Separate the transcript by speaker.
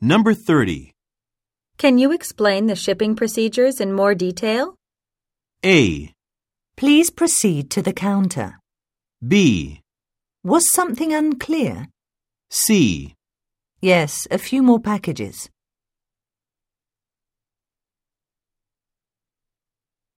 Speaker 1: Number 30.
Speaker 2: Can you explain the shipping procedures in more detail?
Speaker 1: A.
Speaker 3: Please proceed to the counter.
Speaker 1: B.
Speaker 3: Was something unclear?
Speaker 1: C.
Speaker 3: Yes, a few more packages.